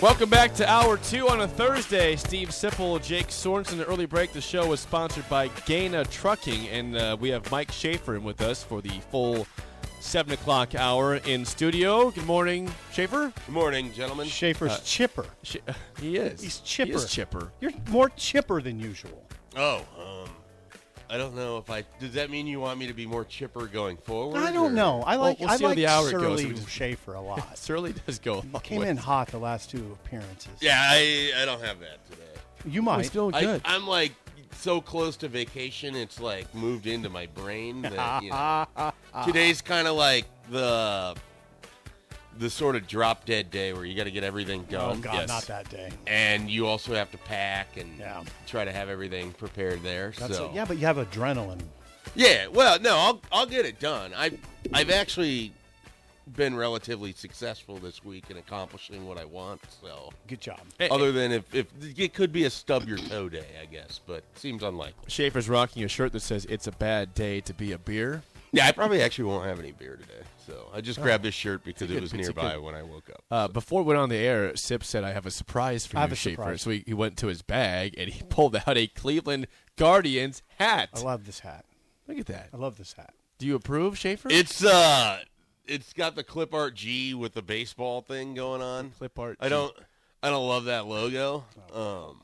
Welcome back to hour two on a Thursday. Steve Sipple, Jake Sorensen, early break. The show was sponsored by Gaina Trucking, and uh, we have Mike Schaefer in with us for the full seven o'clock hour in studio. Good morning, Schaefer. Good morning, gentlemen. Schaefer's Uh, chipper. Sh- he is. He's chipper. He is chipper. You're more chipper than usual. Oh, um, I don't know if I. Does that mean you want me to be more chipper going forward? I or- don't know. I Well, like we'll I see how like the hour it goes. surly We just- Schaefer a lot. Surly does go. a long Came way. in hot the last two appearances. Yeah, I, I don't have that today. you Oh, might. he's feeling good. I, I'm like so close to vacation. It's like moved into my brain. That, you know, today's kind of like the the sort of drop dead day where you got to get everything oh done. God, um, Yes. not that day. And you also have to pack and Yeah. try to have everything prepared there. That's so it. Yeah, but you have adrenaline. Yeah, well, no, I'll I'll get it done. I I've actually been relatively successful this week in accomplishing what I want. So, Good job. other than if, if it could be a stub your toe day, I guess, but seems unlikely. Schaefer's rocking a shirt that says "It's a bad day to be a beer." Yeah, I probably actually won't have any beer today. So, I just grabbed this shirt because good- it was it's a nearby good- when I woke up. Uh, before we went on the air, Sip said, I have a surprise for I you, have a Schaefer. surprise. So he, he went to his bag and he pulled out a Cleveland Guardians hat. I love this hat. Look at that. I love this hat. Do you approve, Schaefer? It's uh it's got the clip art G with the baseball thing going on. Clip art I G. don't I don't love that logo. Um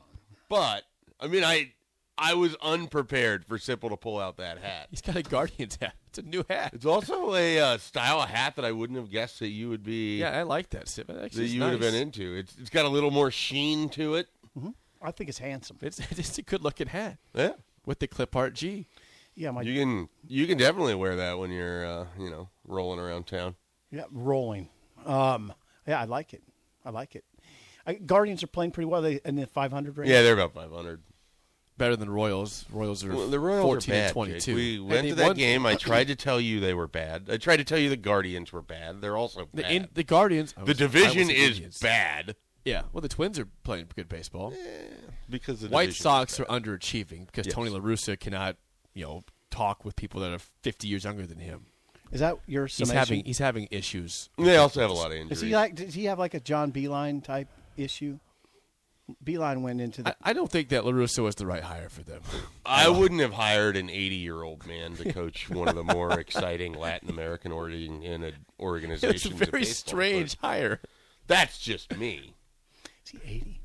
but I mean I I was unprepared for Sipple to pull out that hat. He's got a Guardians hat. It's a new hat. It's also a uh, style of hat that I wouldn't have guessed that you would be yeah, I like that, Sip. That that you would have been into. It's it's got a little more sheen to it. I think it's handsome. It's, it's a good looking hat Yeah. with the clip art G. Yeah, my You can you can definitely wear that when you're uh, you know, rolling around town. yeah rolling. Um, yeah, I like it. I like it. I, Guardians are playing pretty well. They in the 500 range. Yeah, they're about 500. Better than Royals. Royals are Well, the Royals 14 are bad. and 22. Jake. We And went they to that won- game. I tried to tell you they were bad. I tried to tell you the Guardians were bad. They're also The, bad. in, the Guardians. I the was- I was division the is Indians. bad Yeah. Well, the Twins are playing good baseball. because the White division is Sox are bad. underachieving because Yes. Tony La Russa cannot, you know, talk with people that are 50 years younger than him. Is that your He's summation? having he's having issues. They also have a lot of Does injuries. he like? Does he have like a John Beeline type issue? Beeline went into the. I, I don't think that Larusso was the right hire for them. I wouldn't have hired an 80 year old man to coach one of the more exciting Latin American organ- in a- organizations. it's a of very baseball, strange hire. but That's just me. is he eighty?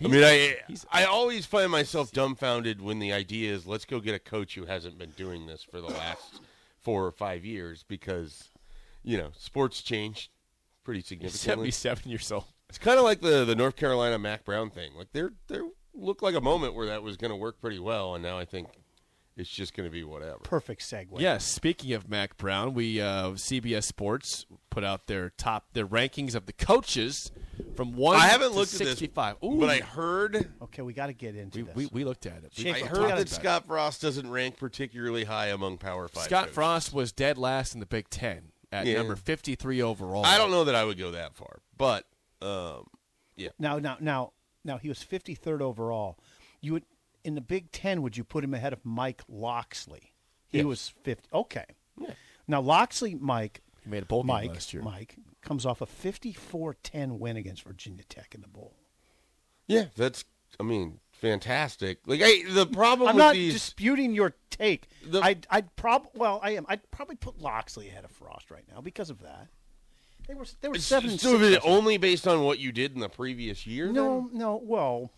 I mean, I I always find myself dumbfounded when the idea is let's go get a coach who hasn't been doing this for the last four or five years because, you know, sports change pretty significantly. 77 years old. It's kind of like the the North Carolina Mac Brown thing. Like there there looked like a moment where that was going to work pretty well, and now I think it's just going to be whatever. Perfect segue. Yes. Speaking of Mac Brown, we uh, CBS Sports put out their top their rankings of the coaches from one. I haven't to looked at this, 65. Ooh, But I heard Okay, we got to get into we, this. we, we looked at it. We Schaefer, I talked heard about that it. Scott Frost doesn't rank particularly high among Power Five. Scott coaches. Frost was dead last in the Big Ten at Yeah. number 53 overall. I don't know that I would go that far, but um, now, now, now, now he was fifty third overall. You would in the Big Ten. Would you put him ahead of Mike Loxley? He Yes. was fifty. Okay. Now Loxley, Mike, He made a bowl game Mike, last year. Mike comes off a 54-10 win against Virginia Tech in the bowl. yeah, that's I mean fantastic. Like I, the problem I'm with not these, disputing your take. The- I'd, I'd prob well, I am. I'd probably put Loxley ahead of Frost right now because of that. They were they were seven. and so six is it last year. only based on what you did in the previous year? No, then? no. Well,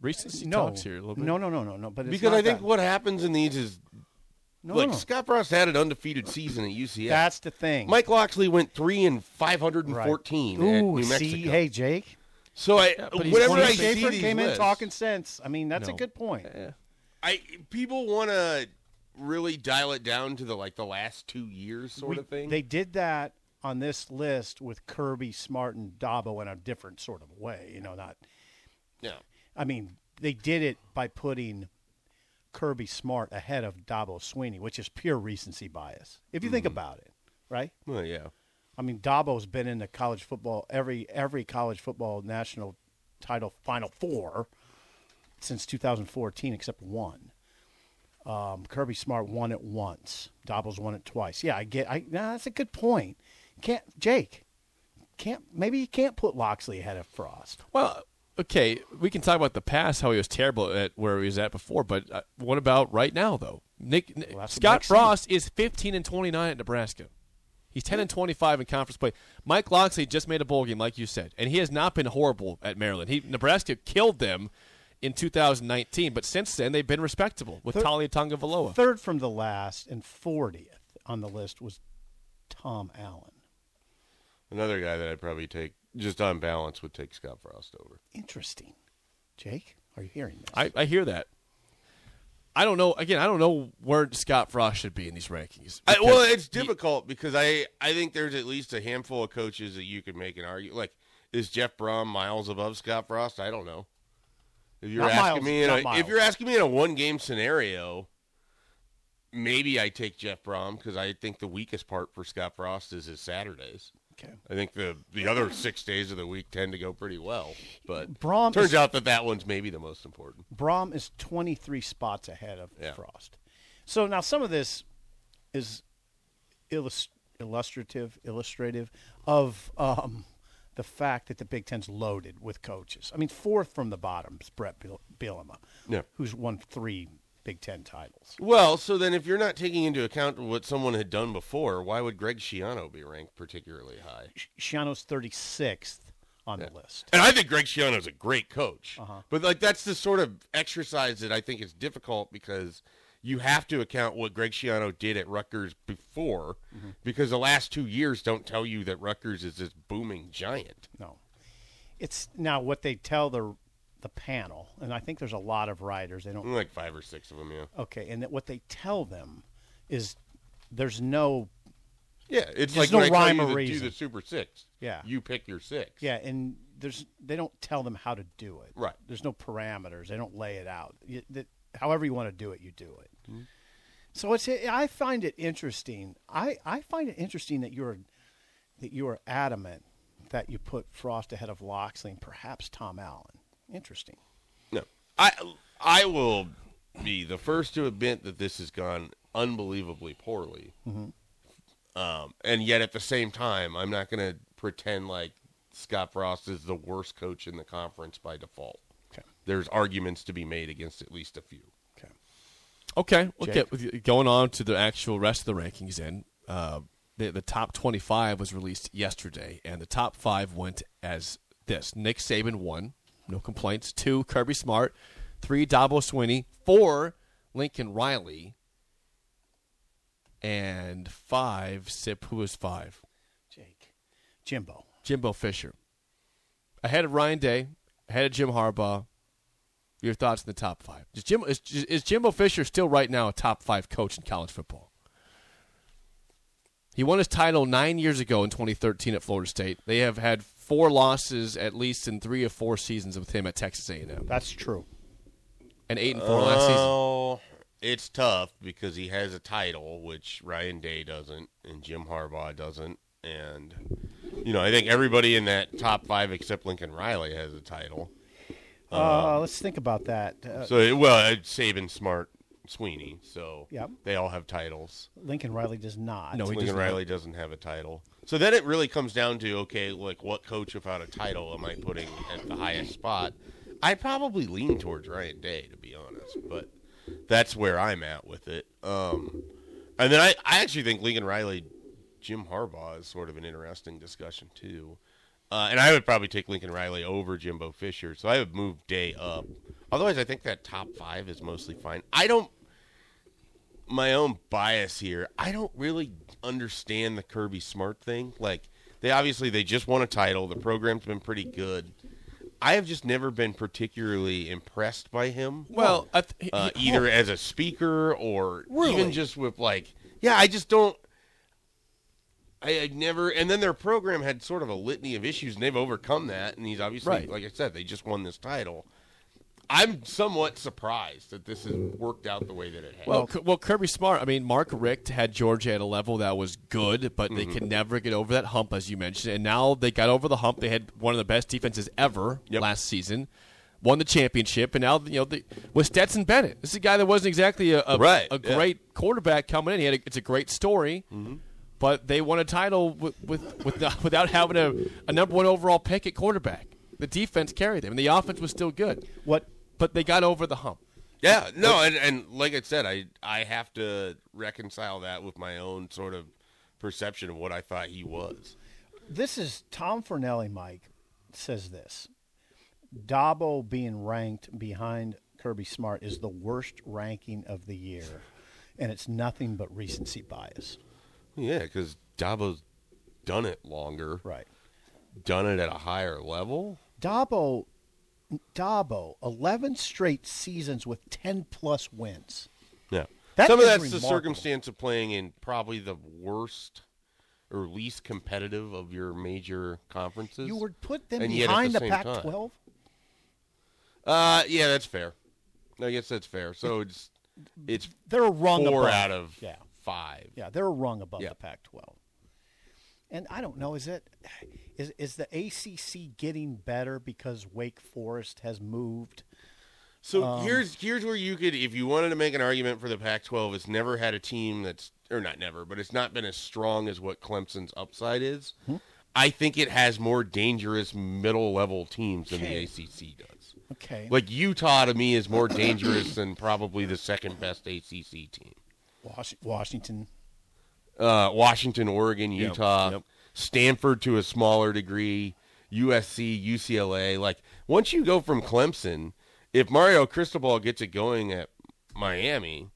Recency no. talks here a little bit. No, no, no, no, no. But it's because not I think that. what happens in these is no, like no. Scott Frost had an undefeated season at UCF. that's the thing. Mike Loxley went three and five hundred and Right. fourteen at Ooh, New Mexico. see, hey, Jake. so I, but he's whenever one of I the see Schaefer these came in lists, talking sense. I mean, that's a No. good point. I people want to really dial it down to the like the last two years sort We- of thing. They did that on this list with Kirby, Smart, and Dabo in a different sort of way. You know, not. yeah. I mean, they did it by putting Kirby Smart ahead of Dabo Sweeney, which is pure recency bias. If you think about it, right? Well, yeah. I mean, Dabo's been in the college football every every college football national title Final Four since 2014, except one. Um, Kirby Smart won it once. Dabo's won it twice. Yeah, I get. I nah, that's a good point. Can't Jake? Can't maybe you can't put Loxley ahead of Frost. Well, okay, we can talk about the past, how he was terrible at where he was at before, but uh, what about right now, though? Nick, Nick- that's what Scott Mike's saying. Frost is 15 and 29 at Nebraska. He's 10 and 25 in conference play. Mike Loxley just made a bowl game, like you said, and he has not been horrible at Maryland. He Nebraska killed them in 2019, but since then they've been respectable with Talia Tonga Valoa. Third from the last and 40th on the list was Tom Allen. Another guy that I'd probably take just on balance would take Scott Frost over. Interesting. Jake, are you hearing this? I, I hear that. I don't know. Again, I don't know where Scott Frost should be in these rankings. I, well, because it's he- difficult because I I think there's at least a handful of coaches that you could make an argument. Like, is Jeff Brom miles above Scott Frost? I don't know. If you're Not asking miles, me, in not a, if miles. you're asking me in a one game scenario, maybe I take Jeff Brom because I think the weakest part for Scott Frost is his Saturdays. okay. I think the the other six days of the week tend to go pretty well, but Brom turns is- out that that one's maybe the most important. Brom is 23 spots ahead of Yeah. Frost. So now some of this is illus- illustrative, illustrative of um, the fact that the Big Ten's loaded with coaches. I mean, fourth from the bottom is Brett Bil- Bielema, Yeah. who's won three Big Ten titles. Well, so then if you're not taking into account what someone had done before, why would Greg Schiano be ranked particularly high? Sh- Shiano's 36th on the list. And I think Greg Schiano's a great coach. Uh-huh. But like that's the sort of exercise that I think is difficult because you have to account what Greg Schiano did at Rutgers before Mm-hmm. because the last 2 years don't tell you that Rutgers is this booming giant. No. It's now what they tell the the panel, and I think there's a lot of writers. They don't Like 5 or 6 of them, yeah. Okay, and that what they tell them is there's no Yeah, it's There's like no when I tell rhyme you or to reason. do the Super 6. Yeah. You pick your 6. yeah, and there's they don't tell them how to do it. Right. There's no parameters. They don't lay it out. You, that, however you want to do it, you do it. So it's I find it interesting. I I find it interesting that you're that you are adamant that you put Frost ahead of Loxley and perhaps Tom Allen. Interesting. No, I I will be the first to admit that this has gone unbelievably poorly. Um, and yet, at the same time, I'm not going to pretend like Scott Frost is the worst coach in the conference by default. Okay. There's arguments to be made against at least a few. Okay. Okay, we'll Jake? get with you- going on to the actual rest of the rankings. Then uh, the the top twenty five was released yesterday, and the top five went as this: Nick Saban one, no complaints. Two, Kirby Smart. Three, Dabo Swinney. Four, Lincoln Riley. And five, Sip. Who was five? Jake, Jimbo. Jimbo Fisher. Ahead of Ryan Day, ahead of Jim Harbaugh. Your thoughts on the top five? Is, Jim, is, is Jimbo Fisher still right now a top five coach in college football? He won his title nine years ago in 2013 at Florida State. They have had four losses at least in three or four seasons with him at Texas A&M, That's true. and eight and four last season. Well, it's tough because he has a title, which Ryan Day doesn't, and Jim Harbaugh doesn't, and you know I think everybody in that top five except Lincoln Riley has a title. Uh, let's think about that. Uh, So well, it's Saban, Smart, Sweeney. So Yep. they all have titles. Lincoln Riley does not. No, he does Lincoln not. Riley Oh, doesn't have a title. So then it really comes down to okay, like what coach without a title am I putting at the highest spot? I probably lean towards Ryan Day to be honest, but that's where I'm at with it. Um, and then I, I actually think Lincoln Riley, Jim Harbaugh is sort of an interesting discussion too. Uh, and I would probably take Lincoln Riley over Jimbo Fisher, so I would move Day up. Otherwise, I think that top five is mostly fine. I don't my own bias here. I don't really understand the Kirby Smart thing. Like they obviously they just won a title. The program's been pretty good. I have just never been particularly impressed by him. Well, I th- uh, he- either as a speaker or Really? even just with like, yeah, I just don't. I, I never. And then their program had sort of a litany of issues, and they've overcome that. And he's obviously, Right. like I said, they just won this title. I'm somewhat surprised that this has worked out the way that it has. Well, K- well, Kirby Smart. I mean, Mark Richt had Georgia at a level that was good, but they Mm-hmm. could never get over that hump, as you mentioned. And now they got over the hump. They had one of the best defenses ever Yep. last season, won the championship, and now you know the, with Stetson Bennett. This is a guy that wasn't exactly a a, Right, a yeah. Mm-hmm. great quarterback coming in. He had a, it's a great story. But they won a title with, with, with without having a, a number one overall pick at quarterback. The defense carried them, and the offense was still good. What? But they got over the hump. Yeah, no, and, and like I said, I I have to reconcile that with my own sort of perception of what I thought he was. This is Tom Fornelli. Mike says this: Dabo being ranked behind Kirby Smart is the worst ranking of the year, and it's nothing but recency bias. Yeah, because Dabo's done it longer, Right. done it at a higher level. Dabo, Dabo, eleven straight seasons with ten plus wins. Yeah, That some of is that's the remarkable. circumstance of playing in probably the worst or least competitive of your major conferences. You would put them And yet at behind the the same Pac-12. uh, yeah, that's fair. I guess that's fair. So it's it's They're a rung four above. out of yeah, five. yeah, they're a rung above Yeah. the Pac-12. And I don't know, is it is is the ACC getting better because Wake Forest has moved? So Um, here's here's where you could, if you wanted to make an argument for the Pac-12, it's never had a team that's, or not never, but it's not been as strong as what Clemson's upside is. Hmm. I think it has more dangerous middle level teams than the ACC does. Okay, Like Utah to me is more dangerous than probably the second best ACC team. Wash- Washington. Uh, Washington, Oregon, Utah, yep. Stanford to a smaller degree, USC, UCLA. Like once you go from Clemson, if Mario Cristobal gets it going at Miami,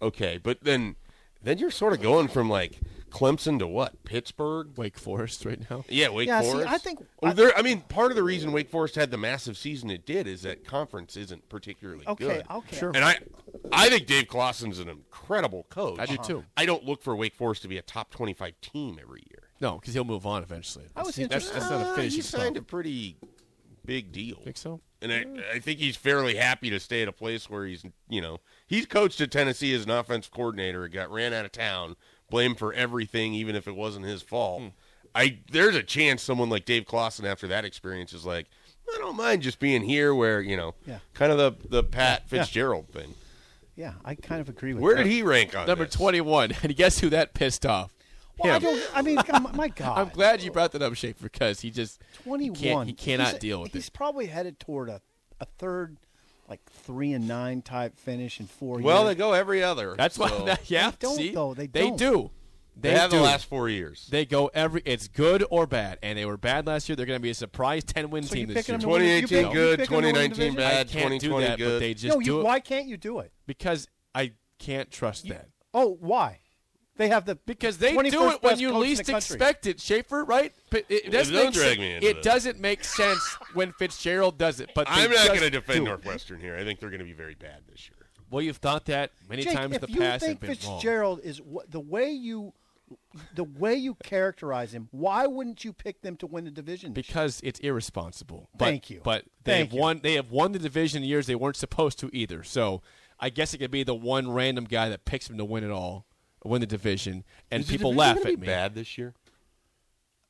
okay, but then then you're sort of going from like Clemson to what Pittsburgh. Wake Forest right now. Yeah, Wake Yeah, see, Forest. I think- Oh, there- I mean, part of the reason Wake Forest had the massive season it did is that conference isn't particularly Okay, good. okay. Sure. And I, I think Dave Clawson's an incredible coach. I do too. I don't look for Wake Forest to be a top twenty-five team every year. No, because he'll move on eventually. I was That's- interested- Ah, That's, not a Uh, finishing he signed stop. a pretty big deal. Think so? And I, I think he's fairly happy to stay at a place where he's, you know, he's coached at Tennessee as an offense coordinator. Got ran out of town, blamed for everything, even if it wasn't his fault. I there's a chance someone like Dave Clawson after that experience is like, I don't mind just being here, where you know, Yeah. kind of the the Pat Fitzgerald thing. Yeah, I kind of agree with Where that. did he rank on Number this? 21. And guess who that pissed off? Well, I Him. don't. I mean, come- my God, I'm glad you brought that up, Schaefer, because he just he, 21. can't, he cannot He's- deal with He's it. probably headed toward a, a third, like three and nine type finish in four Well, they years. go every other. That's why. so yeah, They don't, see? though. They don't. do. They, they have do. the last four years. They go every. It's good or bad, and they were bad last year. They're going to be a surprise ten win So team you this picking year. them to win- you 2018 pick- you good, pick them to win 2019 division? bad, I can't do 2020 that, good. but they just No, you, do it why can't you do it? because I can't trust that. Oh, why? They have the Because they 21st do it when best you coach in the least country. expect it, Schaefer, right? But it, doesn't don't make drag sen- me into it this. doesn't make sense when Fitzgerald does it. But they I'm not going to defend Northwestern here. I think they're going to be very bad this year. Well, you've thought that many Jake, times in if the you past and think been wrong. Fitzgerald is wh- the way you, the way you characterize him, why wouldn't you pick them to win the division? this year? Because it's irresponsible. But, Thank you. But they Thank have you. won. They have won the division in years they weren't supposed to either. So I guess it could be the one random guy that picks them to win it all, win the division, and Is the people division laugh gonna at be me. Bad this year.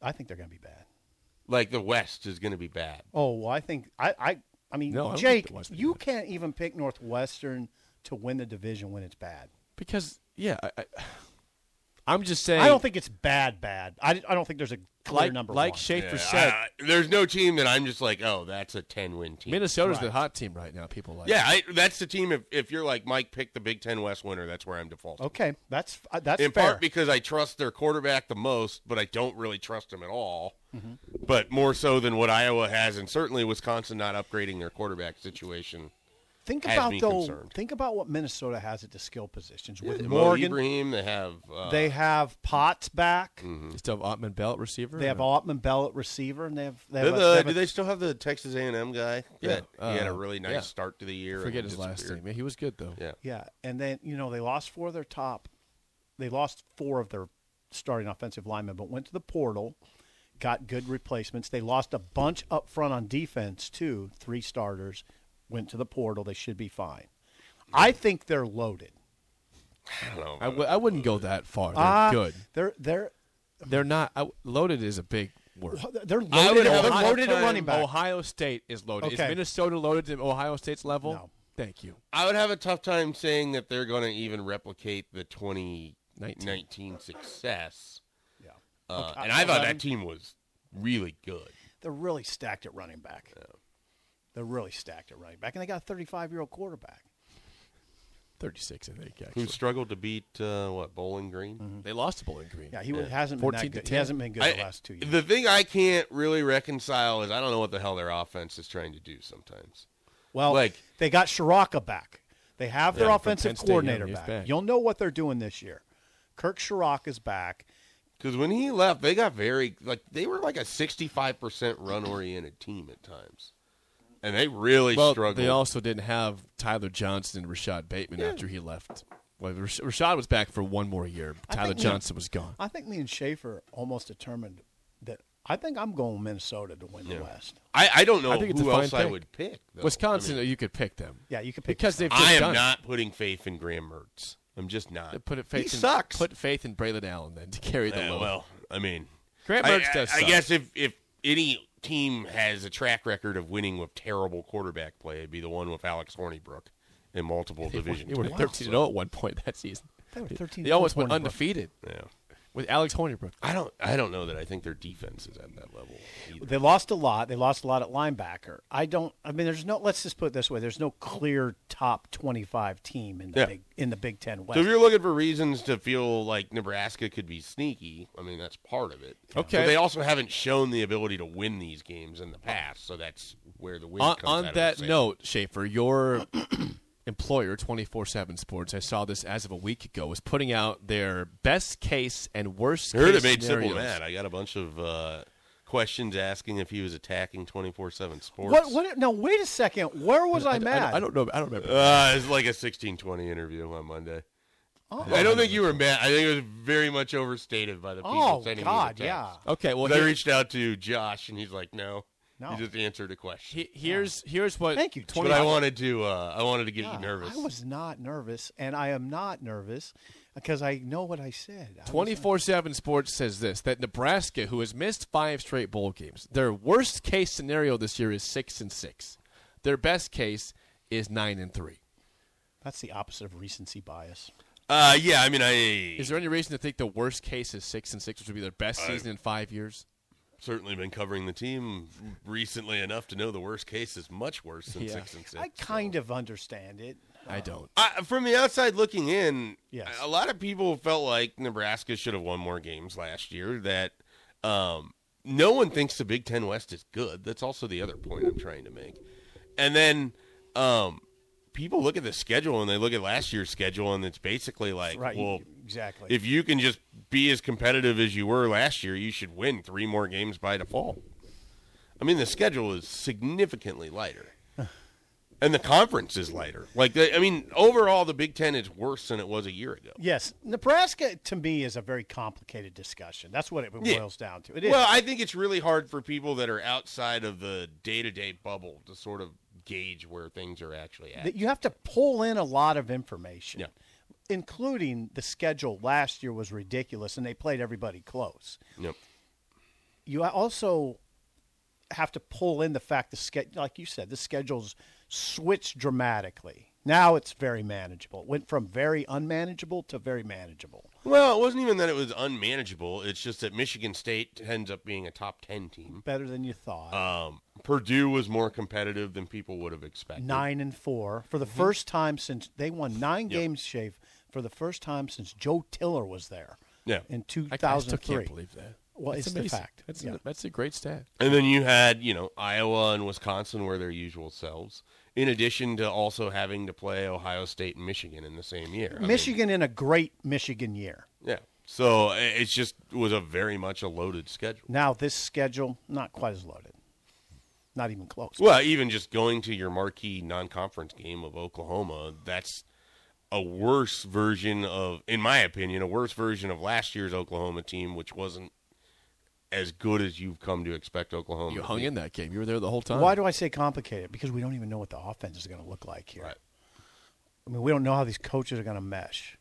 I think they're going to be bad. Like the West is going to be bad. Oh, well, I think I, I, I mean, No, I don't think Jake, the West would be you bad. can't even pick Northwestern to win the division when it's bad. because yeah, I, I, I'm just saying. I don't think it's bad, bad. I, I don't think there's a clear like number like one. Schaefer Yeah, said. I- I- there's no team that I'm just like, oh, that's a 10 win team. Minnesota's the hot team right now. People like Yeah, I, that's the team. If, if you're like Mike, pick the Big Ten West winner. That's where I'm defaulting. Okay, that's uh, that's In fair. part because I trust their quarterback the most, but I don't really trust him at all. Mm-hmm. But more so than what Iowa has, and certainly Wisconsin not upgrading their quarterback situation Think Has about me though. concerned. Think about what Minnesota has at the skill positions with Mo Morgan. Ibrahim, they have uh, They have Potts back. You still have Ottman Bell at receiver? They have Altman Bell at receiver, and they have. They They're have a- the- they have a- do they still have the Texas A&M guy? Yeah, that he had a uh, really nice yeah. start to the year. I and forget then his last disappeared. name. Yeah, he was good, though. Yeah. Yeah, and then you know they lost four of their top. They lost four of their starting offensive linemen, but went to the portal, got good replacements. They lost a bunch up front on defense too. Three starters went to the portal. They should be fine. I think they're loaded. I don't know. I, w- I wouldn't go that far. They're Ah, good. They're they're They're not. I, loaded is a big word. they're I loaded. would They're have a hard loaded at time- running back. Ohio State is loaded. Okay. Is Minnesota loaded to Ohio State's level? No. Thank you. I would have a tough time saying that they're going to even replicate the 2019 Nineteen. success. Yeah, Uh, and I thought that team was really good. they're really stacked at running back. They're really stacked at running back, and they got a 35 year old quarterback. 36, I think, actually. Who struggled to beat uh, what Bowling Green? They lost to Bowling Green. Yeah, he was hasn't been 14 that to good. He 10. hasn't been good I- the last two years. The thing I can't really reconcile is I don't know what the hell their offense is trying to do sometimes. Well, Like- they got Shiraka back. They have their Yeah, from offensive Penn State, coordinator yeah, he's back. back. You'll know what they're doing this year. Kirk Shiraka's is back. Because when he left, they got very like they were like a sixty-five percent run-oriented team at times, and they really Well, struggled. they also didn't have Tyler Johnson and Rashad Bateman after he left. Well, Rash- Rashad was back for one more year. I Tyler think- Johnson was gone. I think me and Schaefer almost determined that I think I'm going Minnesota to win the West. I, I don't know I think it's who a fine else I pick. would pick. though. Wisconsin, I, mean, you could pick them. Yeah, you could pick Because they've just I am done it. not putting faith in Graham Mertz. I'm just They not. Put it he faith in, sucks. Put faith in Braylon Allen then to carry the Yeah, load. well, I mean, Graham I- Mertz I, does I suck. guess if if any team has a track record of winning with terrible quarterback play, it'd be the one with Alex Hornibrook in multiple They were- division. They were titles. 13 0 at one point that season. They were 13 They almost with went Hornibrook. undefeated Yeah. with Alex Hornibrook. I don't. I don't know that I think their defense is at that level. either. They lost a lot. They lost a lot at linebacker. I don't. I mean, there's no. Let's just put it this way: there's no clear top 25 team in the Yeah. big in the Big Ten West. So if you're looking for reasons to feel like Nebraska could be sneaky, I mean that's part of it. Okay. But they also haven't shown the ability to win these games in the past, so that's where the win on, comes on out of that the sale. note, Schaefer, your employer, 24 7 Sports, I saw this as of a week ago, was putting out their best case and worst I heard case it made Sybil scenarios. mad. I got a bunch of uh, questions asking if he was attacking twenty four seven sports. what? What? Now wait a second. Where was I, I, mad? I don't know. I don't remember. Uh, it's like a sixteen twenty interview on Monday. I don't think you were mad. I think it was very much overstated by the people Oh sending God, me the yeah. text. okay, well, But I here- reached out to Josh, and he's like, "No, No. he just answered a question." he- here's here's what. Thank you, but I wanted to, uh, I wanted to get you Yeah, nervous. I was not nervous, and I am not nervous because I know what I said. I was- 24 7 Sports says this that Nebraska, who has missed five straight bowl games, their worst case scenario this year is 6 and 6. Their best case is 9 and 3. That's the opposite of recency bias. Uh, yeah, I mean, I Is there any reason to think the worst case is 6 and 6, which would be their best season in five years? certainly been covering the team recently enough to know the worst case is much worse than Yeah. six and six. I kind of understand it. I don't. I, from the outside looking in, Yes. a lot of people felt like Nebraska should have won more games last year. That um, no one thinks the Big Ten West is good. That's also the other point I'm trying to make. And then um, people look at the schedule and they look at last year's schedule, and it's basically like, Right. well, exactly. if you can just be as competitive as you were last year, you should win three more games by default. I mean, the schedule is significantly lighter, and the conference is lighter. Like, the, I mean, overall, the Big Ten is worse than it was a year ago. yes, Nebraska to me is a very complicated discussion. That's what it Yeah. boils down to. It is. Well, I think it's really hard for people that are outside of the day to day bubble to sort of gauge where things are actually at. that you have to pull in a lot of information, Yeah. including the schedule last year was ridiculous, and they played everybody close. Yep. you also have to pull in the fact the schedule, like you said, the schedules switched dramatically. Now it's very manageable. It went from very unmanageable to very manageable. Well, it wasn't even that it was unmanageable. It's just that Michigan State ends up being a top 10 team. Better than you thought. Uh, Um, Purdue was more competitive than people would have expected. nine and four for the Mm-hmm. first time since they won nine games, Shave, for the first time since Joe Tiller was there. Yeah. In I, I still 2003. can't believe that. Well, That's it's the amazing. fact. That's, Yeah. a, that's a great stat. And then you had, you know, Iowa and Wisconsin were their usual selves. in addition to also having to play Ohio State and Michigan in the same year. I mean, Michigan in a great Michigan year. yeah. So i- it's just was a very much a loaded schedule. Now this schedule not quite as loaded, not even close. Well, even just going to your marquee non-conference game of Oklahoma, that's a worse version of, in my opinion, a worse version of last year's Oklahoma team, which wasn't as good as you've come to expect Oklahoma. You to hung be. in that game. You were there the whole time. Why do I say complicated? Because we don't even know what the offense is going to look like here. Right. I mean, we don't know how these coaches are going to mesh.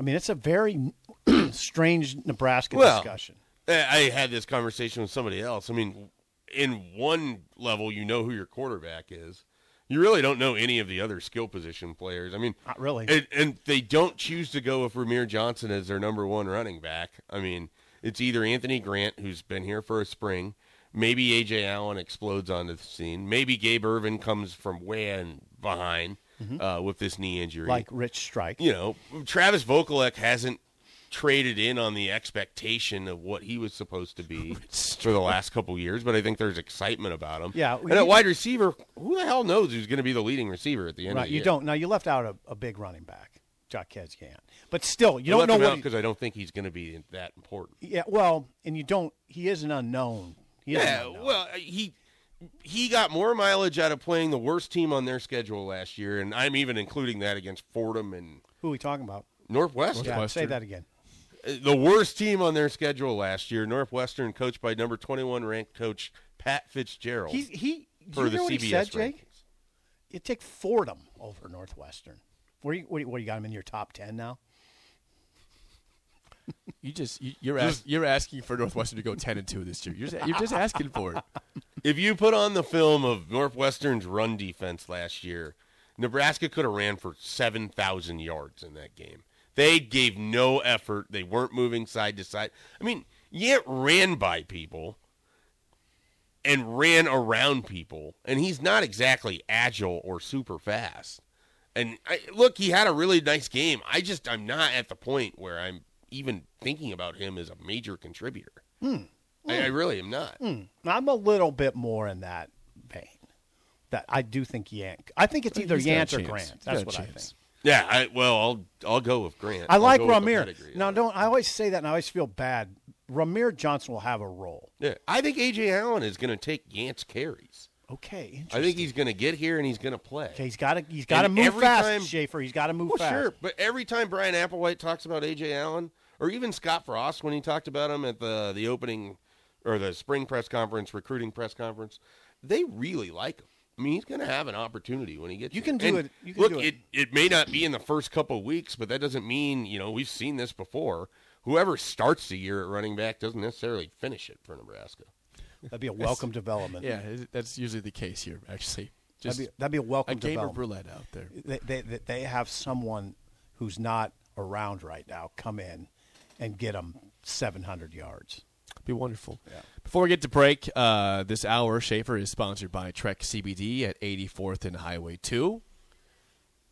I mean, it's a very strange Nebraska Well, discussion. I Eh, I had this conversation with somebody else. I mean, in one level, you know who your quarterback is. You really don't know any of the other skill position players. I mean, Not really. And, and they don't choose to go with Ramir Johnson as their number one running back. I mean, it's either Anthony Grant, who's been here for a spring, maybe A.J. Allen explodes onto the scene, maybe Gabe Irvin comes from way in behind uh, with this knee injury Like Rich Strike. you know, Travis Vokalek hasn't traded in on the expectation of what he was supposed to be for the last couple years, but I think there's excitement about him. Yeah, and you- at wide receiver, who the hell knows who's going to be the leading receiver at the end? right. of the You year? don't. Now, you left out a, a big running back, Jaquez Gant. But still, I you don't left know him what. out he- because I don't think he's going to be that important. yeah, well, and you don't. He is an unknown. He is an Yeah, unknown. well, he he got more mileage out of playing the worst team on their schedule last year, and I'm even including that against Fordham and Who are we talking about? Northwestern. Yeah, say Northwestern. that again. the worst team on their schedule last year, Northwestern, coached by number 21 ranked coach Pat Fitzgerald He, he, do Oh. for you the know what CBS he said, Jake? rankings. You take Fordham over Northwestern. Where you, what, do you- what, do you got him in your top 10 now? You just you, you're ask, you're asking for Northwestern to go ten and two this year. You're just, you're just asking for it. If you put on the film of Northwestern's run defense last year, Nebraska could have ran for 7,000 yards in that game. They gave no effort. They weren't moving side to side. I mean, Yant ran by people and ran around people, and he's not exactly agile or super fast. And I, look, he had a really nice game. I just, I'm not at the point where I'm even thinking about him as a major contributor. I, I really am not. I'm a little bit more in that vein. That I do think Yank. I think it's either He's got a Yank or chance. Grant. He's got That's a what I chance. think. Yeah, I, well, I'll I'll go with Grant. I I'll like go with the Ramir. pedigree. Now, don't I always say that, and I always feel bad. Ramir Johnson will have a role. Yeah, I think AJ Allen is going to take Yant's carries. Okay, interesting. I think he's going to get here and he's going to play. okay, he's got to he's got to And move every fast, time- Schaefer. He's got to move well, fast. sure, but every time Brian Applewhite talks about AJ Allen, or even Scott Frost when he talked about him at the the opening or the spring press conference, recruiting press conference, they really like him. I mean, he's going to have an opportunity when he gets. You here. can do And it. You can look, do it. it. it may not be in the first couple weeks, but that doesn't mean you know we've seen this before. Whoever starts the year at running back doesn't necessarily finish it for Nebraska. That'd be a welcome development. Yeah, it- that's usually the case here. Actually, just that'd be that'd be a a welcome game of development. roulette out there. They, they they- they have someone who's not around right now come in and get them 700 yards. be wonderful. Before we get to break, uh, this hour Schaefer is sponsored by Trek CBD at 84th and Highway 2.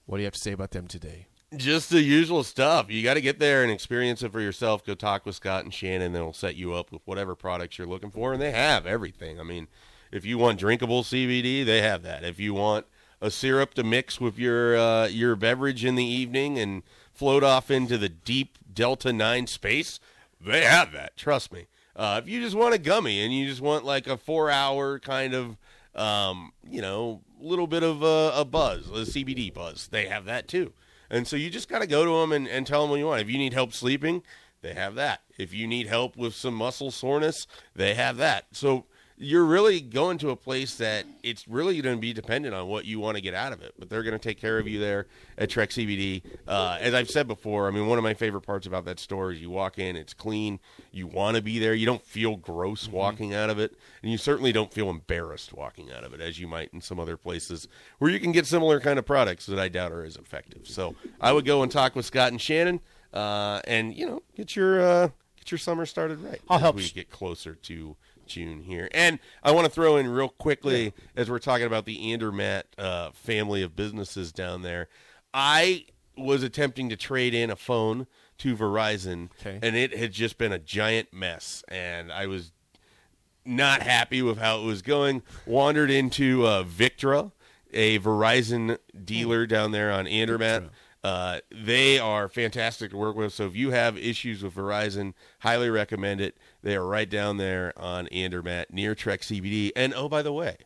What do you have to say about them today? Just the usual stuff. You got to get there and experience it for yourself. Go talk with Scott and Shannon. They'll set you up with whatever products you're looking for, and they have everything. I mean, if you want drinkable CBD, they have that. If you want a syrup to mix with your uh, your beverage in the evening and float off into the deep Delta Nine space, they have that. Trust me. Uh, if you just want a gummy and you just want like a four hour kind of, um, you know, little bit of a, a buzz, a CBD buzz, they have that too. And so you just got to go to them and, and tell them what you want. If you need help sleeping, they have that. If you need help with some muscle soreness, they have that. So you're really going to a place that it's really going to be dependent on what you want to get out of it, but they're going to take care of you there at Trek CBD. Uh, as I've said before, I mean, one of my favorite parts about that store is you walk in, it's clean. You want to be there. You don't feel gross Mm-hmm. walking out of it, and you certainly don't feel embarrassed walking out of it as you might in some other places where you can get similar kind of products that I doubt are as effective. So I would go and talk with Scott and Shannon, uh, and you know, get your uh, get your summer started right. I'll as help we s- get closer to June here. And I want to throw in real quickly as we're talking about the Andermatt uh, family of businesses down there. I was attempting to trade in a phone to Verizon, Okay. and it had just been a giant mess. And I was not happy with how it was going. Wandered into uh, Victra a Verizon dealer down there on Andermatt. Uh, they are fantastic to work with. So if you have issues with Verizon, highly recommend it. They are right down there on Andermatt near Trek CBD. And oh, by the way,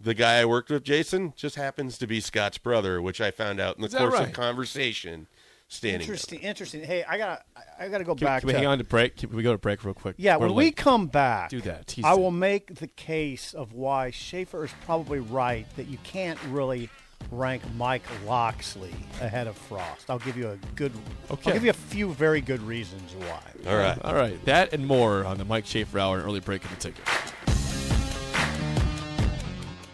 the guy I worked with, Jason, just happens to be Scott's brother, which I found out in the that course right? of conversation. Standing. up. Interesting, interesting. Hey, I gotta, I- I gotta go Can, back. can we to, hang on to break? Can we go to break real quick? Yeah, We're when we late. come back, Do that. Tease I them. will make the case of why Schaefer is probably right that you can't really rank Mike Loxley ahead of Frost. I'll give you a good. Okay. I'll give you a few very good reasons why. All right. All right, that and more on the Mike Schaefer Hour and early break of the ticket.